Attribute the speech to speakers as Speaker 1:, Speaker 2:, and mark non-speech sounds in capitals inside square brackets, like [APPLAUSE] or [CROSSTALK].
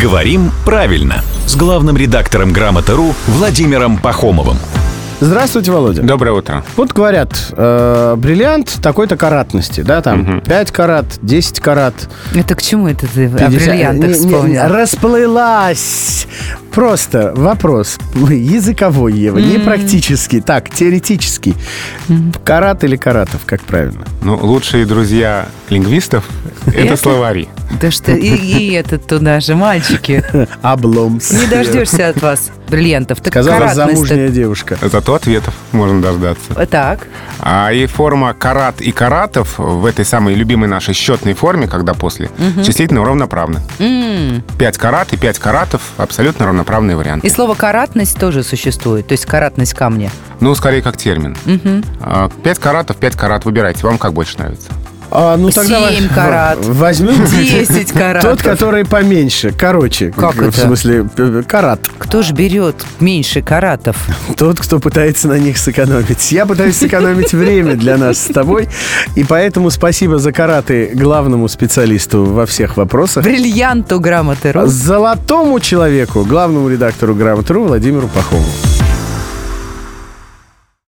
Speaker 1: «Говорим правильно» с главным редактором «Грамоты.ру» Владимиром Пахомовым.
Speaker 2: Здравствуйте, Володя.
Speaker 3: Доброе утро.
Speaker 2: Вот говорят, э, бриллиант такой-то каратности, да, там 5 карат, 10 карат.
Speaker 4: Это к чему это ты о
Speaker 2: 50.
Speaker 4: бриллиантах
Speaker 2: Не- не-
Speaker 4: вспомнил?
Speaker 2: расплылась. Просто вопрос языковой, Ева, не практический, так, теоретический. Карат или каратов, как правильно?
Speaker 3: Ну, лучшие друзья лингвистов — это
Speaker 4: Это?
Speaker 3: словари.
Speaker 4: Да что, и, и этот туда же, мальчики.
Speaker 2: [LAUGHS] Обломс.
Speaker 4: Не дождешься от вас бриллиантов. Так
Speaker 2: Сказала
Speaker 4: каратность-то- Э,
Speaker 2: замужняя девушка.
Speaker 3: Зато ответов можно дождаться.
Speaker 4: Так,
Speaker 3: А и форма карат и каратов в этой самой любимой нашей счетной форме, когда после, числительно равноправны. Пять карат и пять каратов — абсолютно равноправные варианты.
Speaker 4: и слово «каратность» тоже существует, то есть
Speaker 2: [LAUGHS]
Speaker 4: каратность камня.
Speaker 3: Ну, скорее, как термин. А, Пять каратов, пять карат. Выбирайте, вам как больше нравится.
Speaker 2: А, ну тогда
Speaker 4: Семь
Speaker 2: во-
Speaker 4: карат.
Speaker 2: в- Возьмем
Speaker 4: 10
Speaker 2: тот,
Speaker 4: каратов.
Speaker 2: который поменьше, короче.
Speaker 4: Как
Speaker 2: в
Speaker 4: это?
Speaker 2: смысле, э, карат.
Speaker 4: Кто же берет меньше каратов?
Speaker 2: Тот, кто пытается на них сэкономить. Я пытаюсь сэкономить время для нас с тобой. И поэтому спасибо за караты главному специалисту во всех вопросах. А
Speaker 4: Бриллианту грамоты. ру.
Speaker 2: Золотому человеку, главному редактору «Грамотру» Владимиру Пахову.